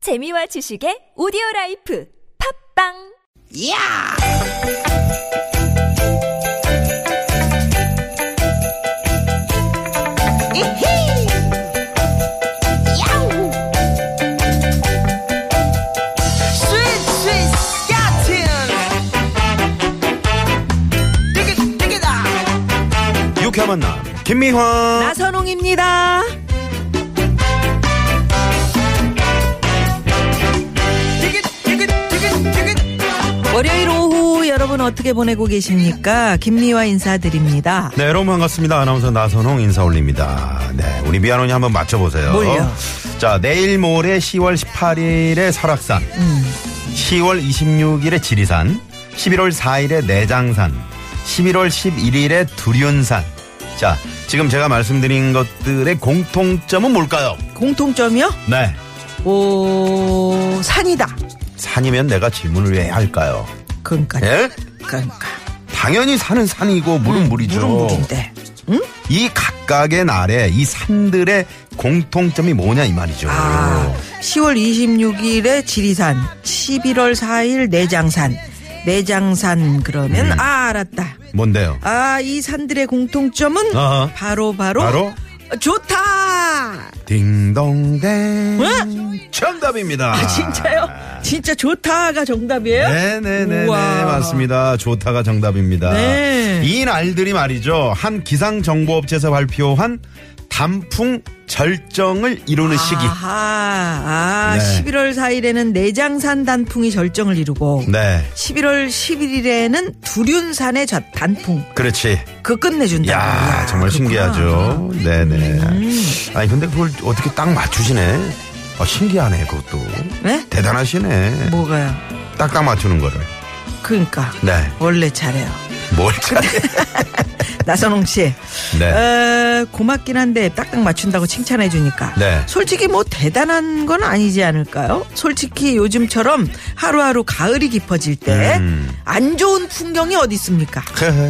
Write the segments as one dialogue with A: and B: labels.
A: 재미와 지식의 오디오 라이프 팝빵
B: 야! 이히! 야우! 스윗 스윗 스틴! 띠깃 띠깃아!
C: 유쾌한 만남 김미화
D: 나선홍입니다.
B: 띠깃 띠깃 띠깃 띠깃!
D: 월요일 오후 여러분 어떻게 보내고 계십니까? 김미화 인사드립니다.
C: 네 여러분 반갑습니다 아나운서 나선홍 인사 올립니다 네 우리 미아노니 한번 맞춰보세요
D: 뭘요?
C: 자 내일 모레 10월 18일에 설악산
D: 음.
C: 10월 26일에 지리산 11월 4일에 내장산 11월 11일에 두륜산 자 지금 제가 말씀드린 것들의 공통점은 뭘까요?
D: 공통점이요?
C: 네
D: 오, 산이다.
C: 산이면 내가 질문을 왜 할까요?
D: 그러니까.
C: 예?
D: 그러니까.
C: 당연히 산은 산이고 물은 물이죠
D: 음, 물은 물인데.
C: 이 각각의 날에 이 산들의 공통점이 뭐냐 이 말이죠.
D: 아, 10월 26일에 지리산, 11월 4일 내장산. 내장산 그러면
C: 음.
D: 아 알았다.
C: 뭔데요?
D: 아, 이 산들의 공통점은
C: 어허.
D: 바로 바로
C: 바로?
D: 좋다.
C: 딩동댕.
D: 응?
C: 정답입니다.
D: 아, 진짜요? 진짜 좋다가 정답이에요?
C: 네네네
D: 우와.
C: 맞습니다. 좋다가 정답입니다.
D: 네.
C: 이 날들이 말이죠. 한 기상 정보업체에서 발표한 단풍 절정을
D: 아.
C: 이루는 시기.
D: 아하, 아,
C: 네.
D: 11월 4일에는 내장산 단풍이 절정을 이루고
C: 네,
D: 11월 11일에는 두륜산의 저- 단풍
C: 그렇지.
D: 그 끝내준다.
C: 야
D: 이야,
C: 정말
D: 아, 그렇구나. 음.
C: 신기하죠. 네네. 아니 근데 그걸 어떻게 딱 맞추시네. 아, 신기하네 그것도.
D: 네?
C: 대단하시네.
D: 뭐가요?
C: 딱딱 맞추는 거를.
D: 그러니까
C: 네.
D: 원래 잘해요.
C: 뭘 잘해.
D: 나선홍 씨,
C: 네.
D: 어, 고맙긴 한데 딱딱 맞춘다고 칭찬해 주니까
C: 네.
D: 솔직히 뭐 대단한 건 아니지 않을까요? 솔직히 요즘처럼 하루하루 가을이 깊어질 때 안
C: 음.
D: 좋은 풍경이 어디 있습니까?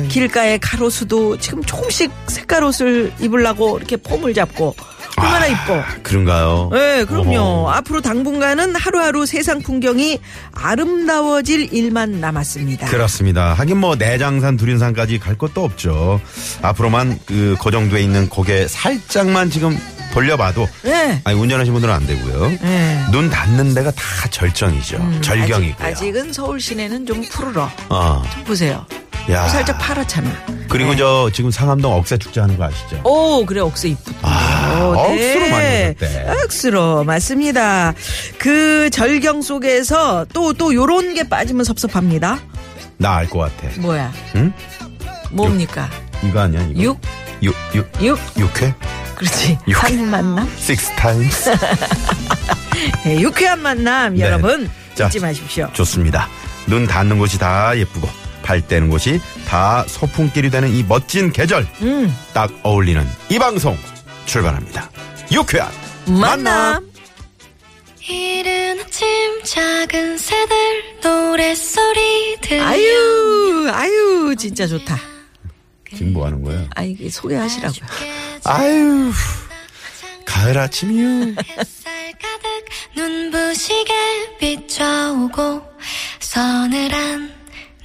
D: 길가에 가로수도 지금 조금씩 색깔옷을 입으려고 이렇게 폼을 잡고 얼마나 이뻐.
C: 그런가요?
D: 예, 그럼요.
C: 아. 어허.
D: 앞으로 당분간은 하루하루 세상 풍경이 아름다워질 일만 남았습니다.
C: 그렇습니다. 하긴 뭐 내장산 두린산까지 갈 것도 없죠. 앞으로만 그 고정돼 있는 고개 살짝만 지금 돌려봐도
D: 예.
C: 아니 운전하신 분들은 안 되고요.
D: 예.
C: 눈 닿는 데가 다 절정이죠. 절경이고요.
D: 음, 아직, 은 서울 시내는 좀 푸르러.
C: 어.
D: 보세요.
C: 야.
D: 어, 살짝 파랗잖아. 네.
C: 그리고 저 지금 상암동 억새 축제 하는 거 아시죠?
D: 오, 그래, 억새 이쁘다. 네.
C: 아, 억수로 많이 오셨대.
D: 억수로, 맞습니다. 그 절경 속에서 또, 또, 요런 게 빠지면 섭섭합니다.
C: 나 알 것 같아.
D: 뭐야?
C: 응?
D: 뭡니까?
C: 이거 아니야? 이거?
D: 육?
C: 육, 육,
D: 육?
C: 육회?
D: 그렇지.
C: 육.
D: 한국 만남?
C: Six times.
D: 네, 유쾌한 만남,
C: 네.
D: 여러분.
C: 자.
D: 잊지 마십시오.
C: 좋습니다. 눈 닿는 곳이 다 예쁘고 발 떼는 곳이 다 소풍길이 되는 이 멋진 계절
D: 음,
C: 딱 어울리는 이 방송 출발합니다. 유쾌한
D: 만남.
E: 이른 아침 작은 새들 노랫소리들
D: 아유, 아유, 진짜 좋다.
C: 지금 뭐 하는 거야?
D: 아, 이게 소개하시라고요.
C: 아유 가을 아침이요.
E: 햇살 가득 눈부시게 비춰오고 서늘한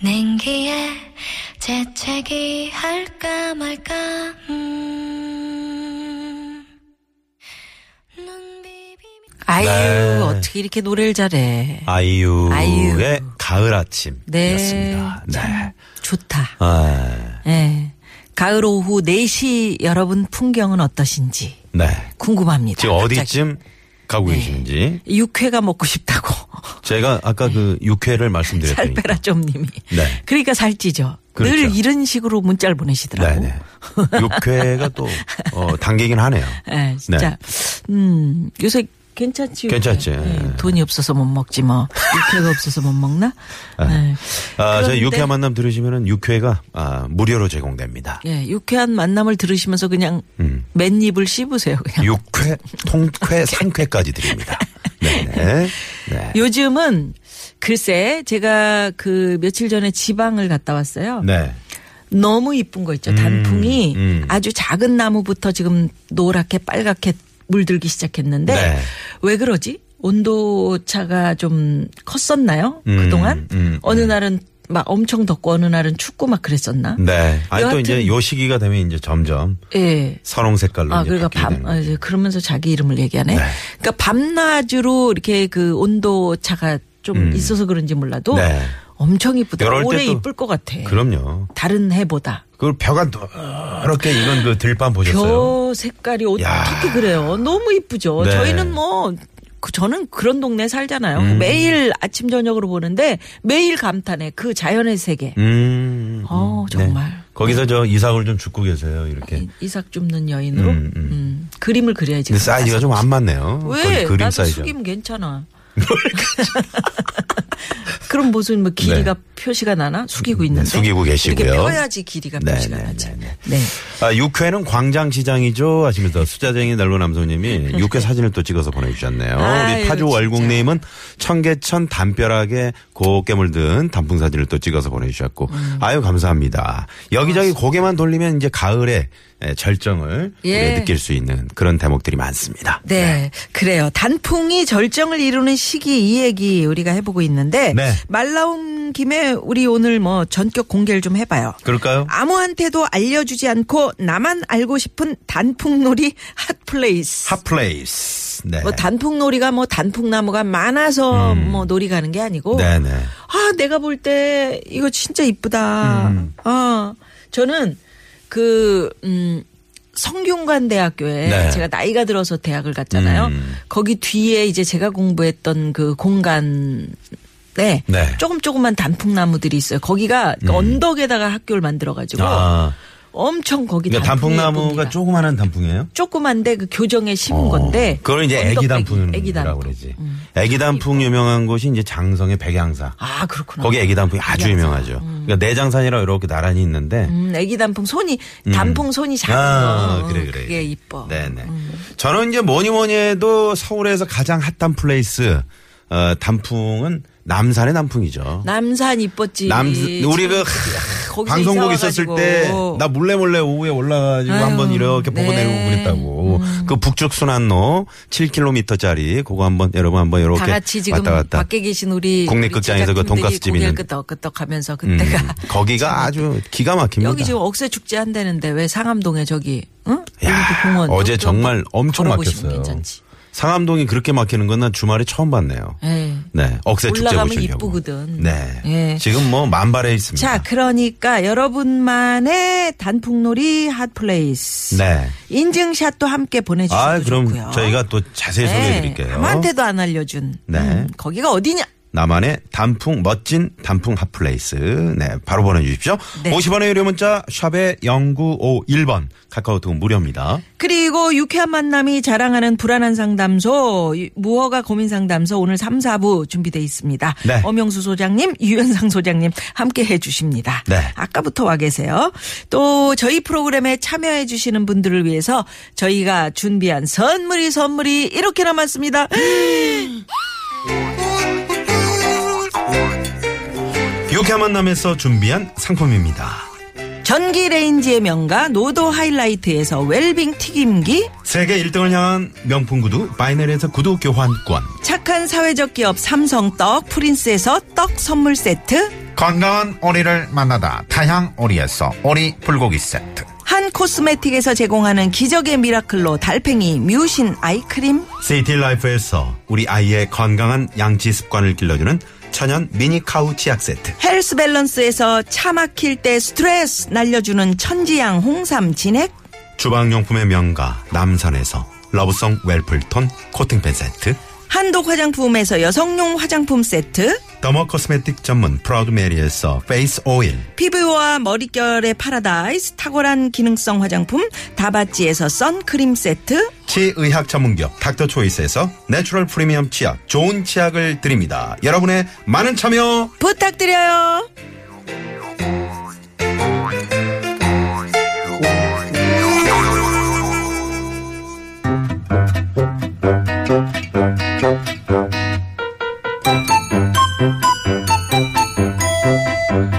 E: 냉기에 재채기 할까 말까 음. 눈 비비며
D: 아유,
C: 네.
D: 어떻게 이렇게 노래를 잘해.
C: 아이유의
D: 아이유.
C: 가을 아침이었습니다. 네.
D: 좋다.
C: 아,
D: 예. 가을 오후 4시 여러분 풍경은 어떠신지
C: 네.
D: 궁금합니다.
C: 지금
D: 아, 갑자기. 네.
C: 어디쯤 가고 계시는지
D: 육회가 먹고 싶다고.
C: 제가 아까 그 육회를
D: 살
C: 말씀드렸더니
D: 네. 빼라 좀 님이.
C: 그러니까. 네.
D: 그러니까 살찌죠. 늘
C: 그렇죠.
D: 이런 식으로 문자를 보내시더라고.
C: 네네. 육회가 또 어, 당기긴 하네요.
D: 예, 진짜. 음, 요새 괜찮지. 육회.
C: 괜찮지.
D: 예, 돈이 없어서 못 먹지 뭐. 육회가 없어서 못 먹나?
C: 예.
D: 예.
C: 아, 저희
D: 그런데-
C: 육회 만남 들으시면은 육회가 아, 무료로 제공됩니다.
D: 예, 유쾌한 만남을 들으시면서 그냥 맨입을 음. 씹으세요. 그냥.
C: 육회, 통쾌, 상쾌까지 드립니다. 네네. 네.
D: 요즘은 글쎄 제가 그 며칠 전에 지방을 갔다 왔어요.
C: 네.
D: 너무 이쁜 거 있죠. 단풍이
C: 음.
D: 아주 작은 나무부터 지금 노랗게 빨갛게 물들기 시작했는데
C: 네.
D: 왜 그러지? 온도 차가 좀 컸었나요?
C: 음,
D: 그동안?
C: 음,
D: 어느
C: 음.
D: 날은 막 엄청 덥고 어느 날은 춥고 막 그랬었나?
C: 네. 아니 또
D: 여하튼-
C: 이제 요 시기가 되면 이제 점점
D: 예.
C: 선홍 색깔로
D: 아,
C: 이제
D: 그러니까
C: 바뀌게
D: 밤,
C: 되는
D: 아,
C: 거죠.
D: 이제 그러면서 자기 이름을 얘기하네.
C: 네.
D: 그러니까 밤낮으로 이렇게 그 온도 차가 좀
C: 음.
D: 있어서 그런지 몰라도
C: 네.
D: 엄청 이쁘다.
C: 이럴 때
D: 올해
C: 또-
D: 이쁠 것 같아.
C: 그럼요.
D: 다른 해보다.
C: 그걸 벼가 더럽게 이건 그 들판 보셨어요?
D: 벼 색깔이 어떻게
C: 야.
D: 그래요? 너무 이쁘죠.
C: 네.
D: 저희는 뭐 그- 저는 그런 동네 에 살잖아요.
C: 음.
D: 매일 아침 저녁으로 보는데 매일 감탄해 그 자연의 세계.
C: 음.
D: 어 정말
C: 거기서 저 이삭을 좀 줍고 계세요. 이렇게.
D: 이- 이삭 줍는 여인으로
C: 음, 음.
D: 음, 그림을 그려야지.
C: 근데 사이즈가 좀 안 맞네요.
D: 왜?
C: 거의 그림
D: 나도
C: 사이즈.
D: 숙이면 괜찮아. 그럼 무슨 뭐 길이가 표시가 나나 숙이고
C: 네. 음,
D: 있는데
C: 숙이고 계시고요.
D: 이렇게 펴야지 길이가
C: 네,
D: 표시가
C: 네,
D: 나지.
C: 네, 네.
D: 네.
C: 아, 6회는 광장시장이죠. 하시면서 수자쟁이 날로 남성님이 6회 사진을 또 찍어서 보내주셨네요.
D: 아, 아유,
C: 우리 파주
D: 진짜.
C: 월국님은 청계천 담벼락에 곱게 물든 단풍 사진을 또 찍어서 보내주셨고,
D: 음.
C: 아유, 감사합니다. 여기저기 고개만 돌리면 이제 가을의 예, 절정을
D: 예.
C: 우리가 느낄 수 있는 그런 대목들이 많습니다.
D: 네, 그래요. 단풍이 절정을 이루는 시기 이 얘기 우리가 해보고 있는데
C: 네.
D: 말 나온 김에 우리 오늘 뭐 전격 공개를 좀 해봐요.
C: 그럴까요?
D: 아무한테도 알려주지 않고 나만 알고 싶은 단풍놀이 핫플레이스.
C: 핫플레이스. 네.
D: 뭐 단풍놀이가 뭐 단풍나무가 많아서 뭐 놀이 가는 게 아니고
C: 네네.
D: 아 내가 볼 때 이거 진짜 이쁘다.
C: 음.
D: 아 저는 그 음. 성균관 대학교에
C: 네.
D: 제가 나이가 들어서 대학을 갔잖아요.
C: 음.
D: 거기 뒤에 이제 제가 공부했던 그 공간에
C: 네. 음.
D: 조금 조금만 단풍나무들이 있어요. 거기가 그 언덕에다가 학교를 만들어 가지고
C: 아.
D: 엄청 거기
C: 그러니까
D: 단풍이
C: 단풍나무가
D: 예쁩니다.
C: 조그마한 단풍이에요?
D: 조그만데 그 교정에 심은
C: 어,
D: 건데.
C: 그걸 이제
D: 언덕배기,
C: 애기 단풍이라고
D: 애기 단풍. 음.
C: 그러지. 애기 단풍 유명한 곳이 이제 장성의 백양사.
D: 아 그렇구나.
C: 거기 애기 단풍이 아주 유명하죠. 그러니까 내장산이라 이렇게 나란히 있는데.
D: 음, 애기 단풍 손이 단풍 손이 작은
C: 음. 아,
D: 거.
C: 그래, 그래.
D: 게 이뻐.
C: 네네.
D: 음.
C: 저는 이제 뭐니 뭐니 해도 서울에서 가장 핫한 플레이스, 어, 단풍은 남산의 남풍이죠.
D: 남산 이뻤지.
C: 남, 우리 그,
D: 아, 거기서
C: 방송국
D: 이사
C: 있었을
D: 와가지고.
C: 때, 나 몰래 몰래 오후에 올라가가지고
D: 아유,
C: 한번 이렇게 보고
D: 네. 음.
C: 내려오고 그랬다고. 그 북쪽 순환로 7km짜리, 그거 한번, 여러분 한번 이렇게
D: 다 같이 지금
C: 왔다 갔다.
D: 밖에 계신 우리
C: 국내
D: 우리
C: 극장에서 그
D: 제작진들이
C: 돈가스집
D: 고개를
C: 있는.
D: 끄덕끄덕 하면서
C: 음,
D: 그때가
C: 거기가 아주 기가 막힙니다.
D: 여기 지금 억새 축제 한다는데 왜 상암동에 저기 응?
C: 야,
D: 올림픽 공원
C: 어제
D: 저기 한번
C: 정말 엄청
D: 걸어보시면
C: 막혔어요.
D: 괜찮지.
C: 상암동이 그렇게 막히는 건 난 주말에 처음 봤네요.
D: 예.
C: 네. 억새 축제
D: 올라가면
C: 보시려고.
D: 이쁘거든.
C: 네.
D: 예.
C: 지금 뭐 만발해 있습니다.
D: 자, 그러니까 여러분만의 단풍놀이 핫플레이스.
C: 네.
D: 인증샷도 함께 보내주셔도
C: 아, 그럼
D: 좋고요. 네,
C: 저희가 또 자세히 소개해 드릴게요.
D: 아무한테도 안 알려준.
C: 네.
D: 음, 거기가 어디냐?
C: 나만의 단풍 멋진 단풍 핫플레이스 네 바로 보내주십시오.
D: 네.
C: 50원의 유료 문자 샵에 0951번 카카오톡 무료입니다.
D: 그리고 유쾌한 만남이 자랑하는 불안한 상담소 유- 무허가 고민 상담소 오늘 3, 4부 준비돼 있습니다.
C: 네.
D: 엄영수 소장님, 유현상 소장님 함께 해 주십니다.
C: 네.
D: 아까부터 와 계세요. 또 저희 프로그램에 참여해 주시는 분들을 위해서 저희가 준비한 선물이 선물이 이렇게 남았습니다.
C: 유쾌한 만남에서 준비한 상품입니다.
D: 전기 레인지의 명가 노도 하이라이트에서 웰빙 튀김기
C: 세계 1등을 향한 명품 구두 바이넬에서 구두 교환권
D: 착한 사회적 기업 삼성떡 프린스에서 떡 선물 세트
F: 건강한 오리를 만나다 타향 오리에서 오리 불고기 세트
D: 한 코스메틱에서 제공하는 기적의 미라클로 달팽이 뮤신 아이크림
C: 시티라이프에서 우리 아이의 건강한 양치 습관을 길러주는 천연 미니 카우치 약세트
D: 헬스 밸런스에서 차 막힐 때 스트레스 날려주는 천지양 홍삼 진액
C: 주방용품의 명가 남산에서 러브송 웰플톤 코팅팬 세트
D: 한독 화장품에서 여성용 화장품 세트
C: 더머 코스메틱 전문 프라우드 메리에서 페이스 오일
D: 피부와 머릿결의 파라다이스 탁월한 기능성 화장품 다바찌에서 선크림 세트
C: 치의학 전문기업 닥터 초이스에서 내추럴 프리미엄 치약 좋은 치약을 드립니다. 여러분의 많은 참여
D: 부탁드려요.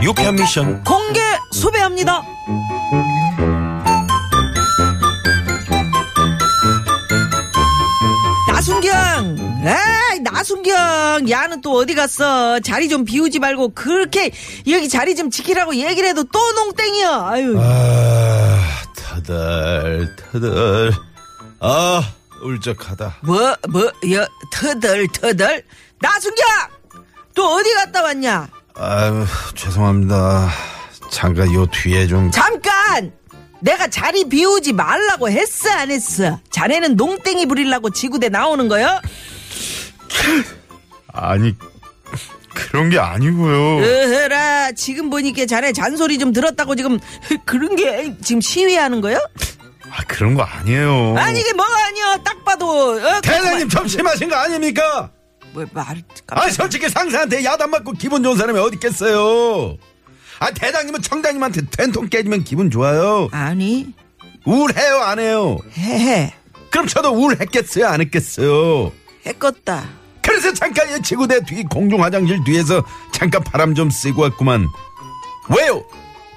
C: 유쾌한 미션
D: 공개 수배합니다. 나순경, 에이, 허순경 야는 또 어디 갔어 자리 좀 비우지 말고 그렇게 여기 자리 좀 지키라고 얘기를 해도 또 농땡이야 아유
C: 아, 터들, 터들. 아, 울적하다.
D: 뭐, 뭐, 여, 터덜, 터덜. 나순경! 또 어디 갔다 왔냐?
C: 아유, 죄송합니다. 잠깐 요 뒤에 좀.
D: 잠깐! 내가 자리 비우지 말라고 했어, 안 했어? 자네는 농땡이 부리려고 지구대 나오는 거요?
C: 아니, 그런 게 아니고요.
D: 으흐라, 지금 보니까 자네 잔소리 좀 들었다고 지금, 그런 게, 지금 시위하는 거요?
C: 아, 그런 거 아니에요.
D: 아니, 이게 뭐가 아니야. 딱 봐도, 어,
C: 대장님 점심하신 거 아닙니까?
D: 뭐, 말,
C: 아, 솔직히 상사한테 야단 맞고 기분 좋은 사람이 어디 있겠어요? 아, 대장님은 청장님한테 된통 깨지면 기분 좋아요.
D: 아니,
C: 우울해요, 안 해요?
D: 해, 해.
C: 그럼 저도 우울했겠어요, 안 했겠어요?
D: 했겄다.
C: 그래서 잠깐 이 지구대 뒤 공중 화장실 뒤에서 잠깐 바람 좀 쐬고 왔구만. 왜요?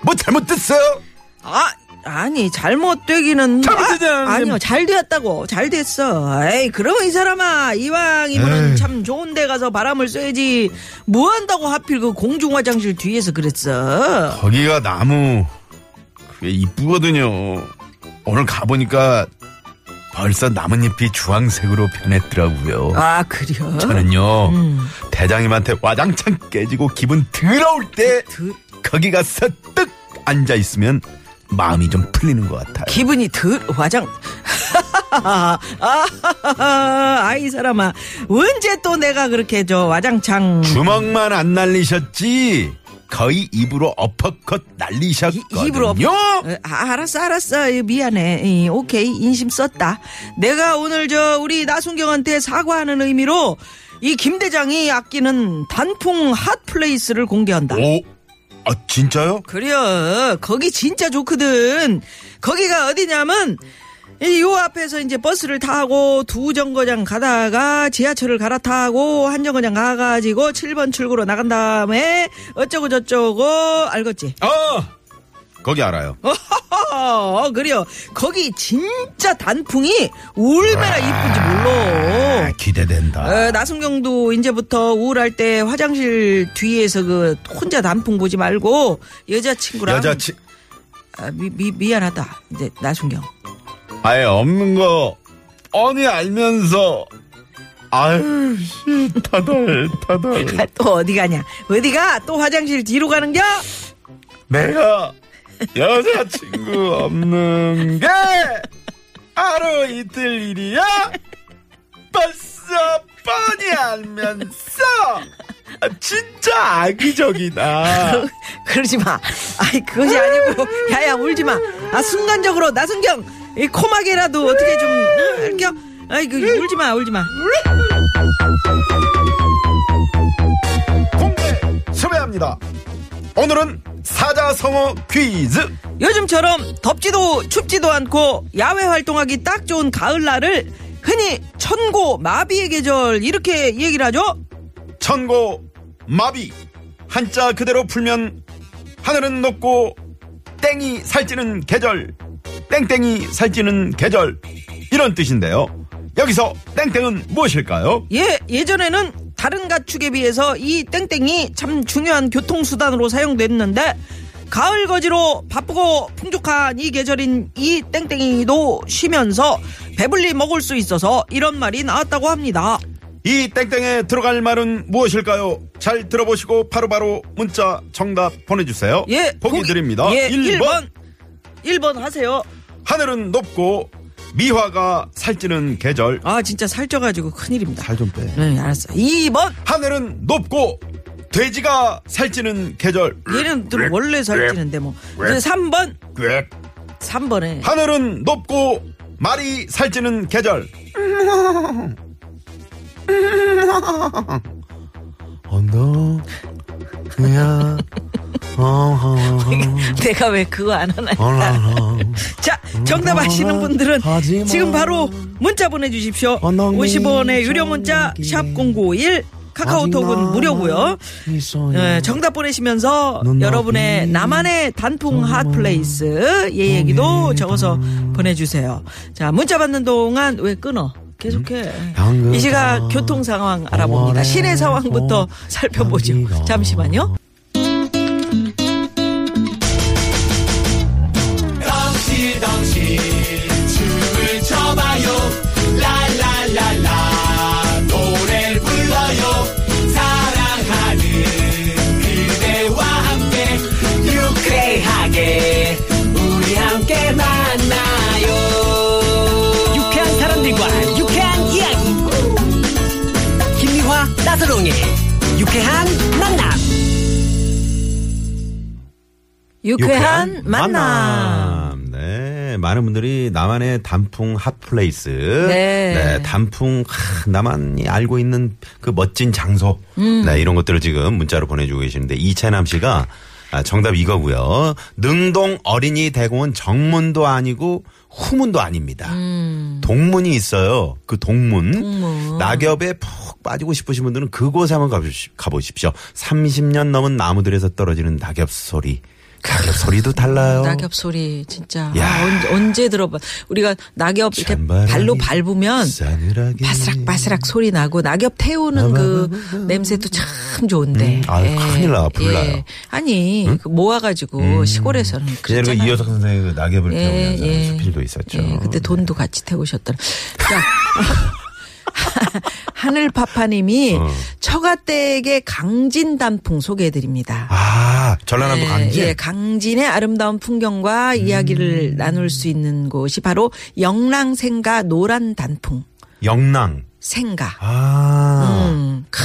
C: 뭐 잘못됐어요?
D: 아, 아니 잘못되기는
C: 잘못되잖아요.
D: 아, 아니요 잘 되었다고 잘 됐어. 에이 그러면 이 사람아 이왕이면 참 좋은데 가서 바람을 쐬지 뭐 한다고 하필 그 공중 화장실 뒤에서 그랬어.
C: 거기가 나무 그게 이쁘거든요. 오늘 가보니까 벌써 나뭇잎이 주황색으로 변했더라고요.
D: 아 그래요?
C: 저는요
D: 음.
C: 대장님한테 와장창 깨지고 기분 더러울 때
D: 드-
C: 거기 가서 뜩 앉아 있으면 마음이 좀 풀리는 것 같아요.
D: 기분이 들 화장. 아이 사람아 언제 또 내가 그렇게 저 와장창
C: 주먹만 안 날리셨지 거의 입으로 어퍼컷 날리셨거든요.
D: 이- 입으로 어, 아, 알았어, 알았어. 이, 미안해. 이, 오케이. 인심 썼다. 내가 오늘 저 우리 나순경한테 사과하는 의미로 이 김대장이 아끼는 단풍 핫플레이스를 공개한다.
C: 오, 아 진짜요?
D: 그래. 거기 진짜 좋거든. 거기가 어디냐면 이 요 앞에서 이제 버스를 타고 두 정거장 가다가 지하철을 갈아타고 한 정거장 가가지고 7번 출구로 나간 다음에 어쩌고 저쩌고 알겠지?
C: 어, 거기 알아요.
D: 어, 그래요. 거기 진짜 단풍이 얼마나 이쁜지 몰라.
C: 아, 기대된다.
D: 어, 나순경도 이제부터 우울할 때 화장실 뒤에서 그 혼자 단풍 보지 말고 여자친구랑
C: 여자친
D: 아, 미, 미, 미안하다. 이제 나순경.
C: 아예 없는 거 뻔히 알면서 아유 씨, 다들 다들
D: 아, 또 어디 가냐? 어디가? 또 화장실 뒤로 가는겨?
C: 내가 여자친구 없는 게 하루 이틀 일이야 벌써 뻔히 알면서 아, 진짜 악의적이다
D: 그러지 마. 아이 그것이 아니고 야야 울지 마. 아 순간적으로 나순경 이 코막이라도 어떻게 좀 응, 알겨? 아이 그 울지 마 울지 마.
C: 공개 수배합니다 오늘은 사자성어 퀴즈
D: 요즘처럼 덥지도 춥지도 않고 야외 활동하기 딱 좋은 가을날을 흔히 천고 마비의 계절 이렇게 얘기를 하죠.
C: 천고 마비 한자 그대로 풀면 하늘은 높고 땡이 살찌는 계절 땡땡이 살찌는 계절 이런 뜻인데요 여기서 땡땡은 무엇일까요?
D: 예, 예전에는 다른 가축에 비해서 이 땡땡이 참 중요한 교통수단으로 사용됐는데 가을 거지로 바쁘고 풍족한 이 계절인 이 땡땡이도 쉬면서 배불리 먹을 수 있어서 이런 말이 나왔다고 합니다.
C: 이 땡땡에 들어갈 말은 무엇일까요? 잘 들어보시고 바로바로 문자 정답 보내주세요
D: 예,
C: 어, 보기, 드립니다
D: 예,
C: 1번,
D: 1번. 1번 하세요.
C: 하늘은 높고 미화가 살찌는 계절
D: 아, 진짜 살쪄가지고 큰일입니다.
C: 살 좀빼
D: 네, 알았어. 2번.
C: 하늘은 높고 돼지가 살찌는 계절
D: 얘는 또 원래 살찌는데 뭐. 이제 3번. 3번에.
C: 하늘은 높고 말이 살찌는 계절 언더 그야
D: 내가 왜 그거 안 하나? 자, 정답 아시는 분들은
C: 하지마.
D: 지금 바로 문자 보내주십시오.
C: 언덕
D: 50원의 유료 문자,
C: 저기.
D: 샵051.
C: 하지마.
D: 카카오톡은 무료고요.
C: 이 소리.
D: 예, 정답 보내시면서
C: 눈
D: 여러분의
C: 음. 앞이
D: 나만의 단풍 예, 핫플레이스 얘 얘기도 적어서 보내주세요. 자 문자 받는 동안 왜 끊어? 계속해.
C: 당근
D: 이 시각
C: 당근
D: 교통 상황 알아봅니다.
C: 공원에
D: 시내 상황부터
C: 공-
D: 살펴보죠.
C: 향기가.
D: 잠시만요.
G: 유쾌하게 우리 함께 만나요 유쾌한 사람들과 유쾌한 이야기 김미화 나서롱의 유쾌한 만남
D: 유쾌한 만남.
C: 네. 많은 분들이 남한의 단풍 핫플레이스.
D: 네.
C: 단풍, 하, 남한이 알고 있는 그 멋진 장소.
D: 음.
C: 네. 이런 것들을 지금 문자로 보내주고 계시는데 이채남 씨가 아, 정답 이거고요. 능동 어린이 대공원 정문도 아니고 후문도 아닙니다.
D: 음.
C: 동문이 있어요. 그 동문. 낙엽에 푹 빠지고 싶으신 분들은 그곳에 한번 가보시- 가보십시오. 30년 넘은 나무들에서 떨어지는 낙엽 소리. 낙엽 소리도 달라요.
D: 낙엽 소리 진짜 아,
C: 야.
D: 언제, 언제 들어봐 우리가 낙엽 이렇게
C: 찬바람이
D: 발로 밟으면
C: 싸늘하게
D: 바스락 바스락 소리 나고 낙엽 태우는 그 냄새도 참 좋은데
C: 음.
D: 예.
C: 아유, 큰일 나, 불나요. 음?
D: 아니 그 모아가지고 시골에서는
C: 그리고
D: 그랬잖아요.
C: 이효석 선생의 그 낙엽을
D: 예,
C: 태우면서
D: 예.
C: 수필도 있었죠.
D: 예, 그때 돈도 같이 태우셨던. 자. 하늘파파님이
C: 어.
D: 처가댁의 강진 단풍 소개해드립니다.
C: 아 전라남도
D: 예,
C: 강진.
D: 예, 강진의 아름다운 풍경과
C: 음.
D: 이야기를 나눌 수 있는 곳이 바로 영랑생가 노란 단풍
C: 영랑.
D: 생가.
C: 아
D: 음, 크,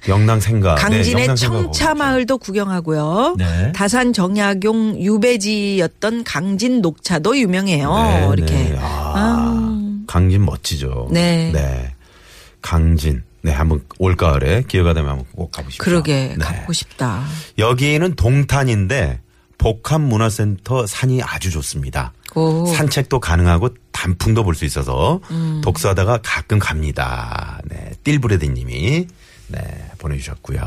C: 네, 영랑 생각.
D: 강진의 청차마을도 구경하고요.
C: 네.
D: 다산 정약용 유배지였던 강진 녹차도 유명해요. 이렇게.
C: 아,
D: 아.
C: 강진 멋지죠.
D: 네.
C: 강진. 네 한번 올 가을에 기회가 되면 한번 꼭 가보십시오.
D: 그러게
C: 네.
D: 가보고 싶다.
C: 여기는 동탄인데 복합문화센터 산이 아주 좋습니다.
D: 오. 음.
C: 산책도 가능하고 단풍도 볼 수 있어서 독서하다가 가끔 갑니다. 네, 띨브레드님이 네 보내주셨고요.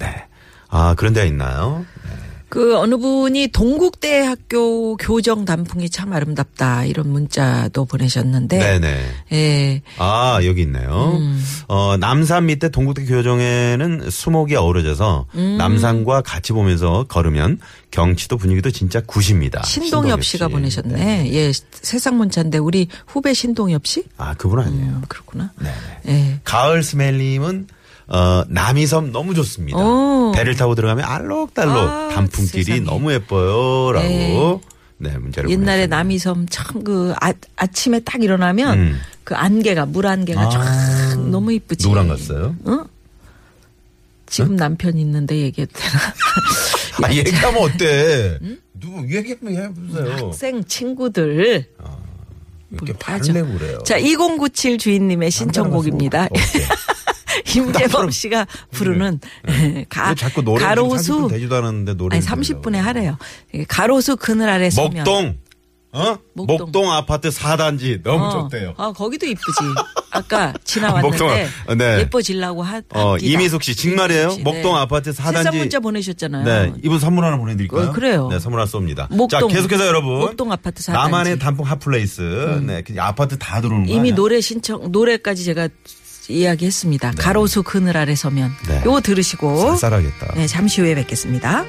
C: 네, 아 그런 데가 있나요? 네.
D: 그 어느 분이 동국대학교 교정 단풍이 참 아름답다 이런 문자도 보내셨는데
C: 네
D: 예.
C: 아 여기 있네요.
D: 음.
C: 어 남산 밑에 동국대 교정에는 수목이 어우러져서
D: 음.
C: 남산과 같이 보면서 걸으면 경치도 분위기도 진짜 굿입니다.
D: 신동엽 씨가 보내셨네. 예, 세상 문자인데 우리 후배 신동엽 씨?
C: 아 그분 아니에요.
D: 음, 그렇구나.
C: 네.
D: 예.
C: 가을 스멜님은 어, 남이섬 너무 좋습니다.
D: 오.
C: 배를 타고 들어가면 알록달록
D: 아,
C: 단풍길이
D: 세상에.
C: 너무 예뻐요라고 네, 문자를 보내주셨네요.
D: 옛날에 남이섬 참 그 아, 아침에 딱 일어나면
C: 음.
D: 그 안개가 물 안개가
C: 아.
D: 쫙 너무 이쁘지.
C: 누구랑 갔어요?
D: 지금 남편 있는데 얘기해도 되나?
C: 아, 얘기하면 어때?
D: 음?
C: 누구 얘기하면 해보세요.
D: 학생 친구들
C: 어.
D: 뭐
C: 이렇게
D: 뭘
C: 발
D: 따져.
C: 내고 그래요.
D: 자, 2097 주인님의 아,
C: 뭐,
D: 신청곡입니다.
C: 어때?
D: 임재범 씨가 부르는 예, 가,
C: 네. 왜 자꾸 노래
D: 아, 가로수
C: 30분 되지도 않았는데 노래
D: 아니 30분에 하래요. 예, 가로수 그늘 아래 서면
C: 목동 어?
D: 목동.
C: 목동. 아파트 4단지 너무
D: 어.
C: 좋대요.
D: 아 거기도 이쁘지. 아까 지나왔는데
C: 목동, 네.
D: 예뻐지려고 하.
C: 어,
D: 합니다.
C: 이미숙 씨 정말이에요?
D: 이미숙 씨,
C: 목동 아파트 사단지.
D: 실상 문자 보내셨잖아요.
C: 네, 이분 선물 하나 보내드릴까요?
D: 어, 그래요.
C: 네, 선물 하나 쏩니다. 자,
D: 목동.
C: 계속해서 여러분.
D: 목동 아파트 사단지. 음.
C: 남한의 단풍 핫플레이스. 네, 그 아파트 다 들어오는 거
D: 이미
C: 아니야?
D: 노래 신청 노래까지 제가 이야기했습니다. 가로수 그늘 아래 서면.
C: 네.
D: 요거 들으시고
C: 쌀쌀하겠다.
D: 네, 잠시 후에 뵙겠습니다.